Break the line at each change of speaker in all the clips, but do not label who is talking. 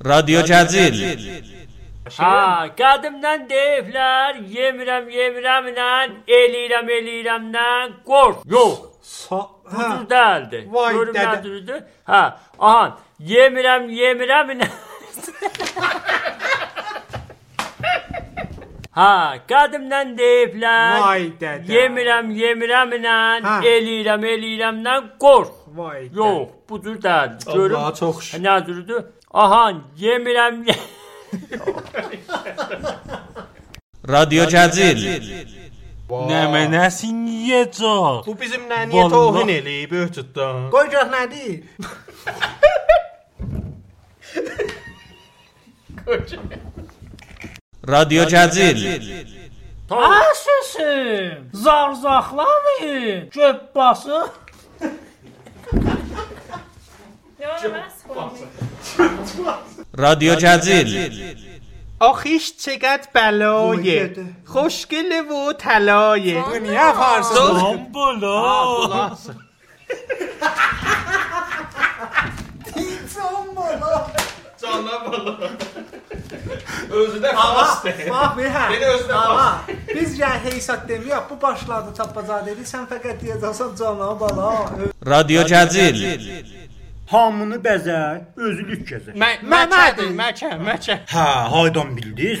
Radyo Cəzil.
Ha, qadımdan deyiblər, yemirəm, yemirəm ilə, eləyirəm, eləyirəm ilə, qorx. Yox,
Sa
düz
hə.
dəldi.
Vay,
Görüm nə
dədə.
düzdür? Hə, ahan, yemirəm, yemirəm ilə. Ha, qadımdan deyiblər,
Vay, dədə.
yemirəm, yemirəm ilə,
Hə.
eləyirəm, eləyirəm ilə, qorx.
Vay. dədə.
Yox, bu cür dəldi. Görüm.
Allaha çox şükür.
Nə cürdür? Ahan, yemirəm, yemirəm.
Radyo Cəzil.
Nəmə nəsin yeyəcək?
Bu bizim nə niyə
Vallahi.
tohin eləyib öh, ötüddən?
Qoy gör nədir?
Radyo Cəzil.
Tamam.
Əsəsim, zarzaxlamayın, göp basın.
Radyo Cəzil.
آخیش چقدر بلایه
بده.
خوشگله و طلایه
Niyə aparsın?
Bombolo.
Bax bir hə.
Beni özünə
Baba, Biz ya heysat demiyor. Bu başladı tapacadeli. Sen fakat diyeceksin canına bala.
Radyo Cəzil.
Hamını bəzər, özülük gəzər.
ممده مکه مکه
Hə, haydan bildiniz?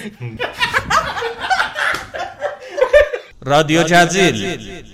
Radyo Cəzil.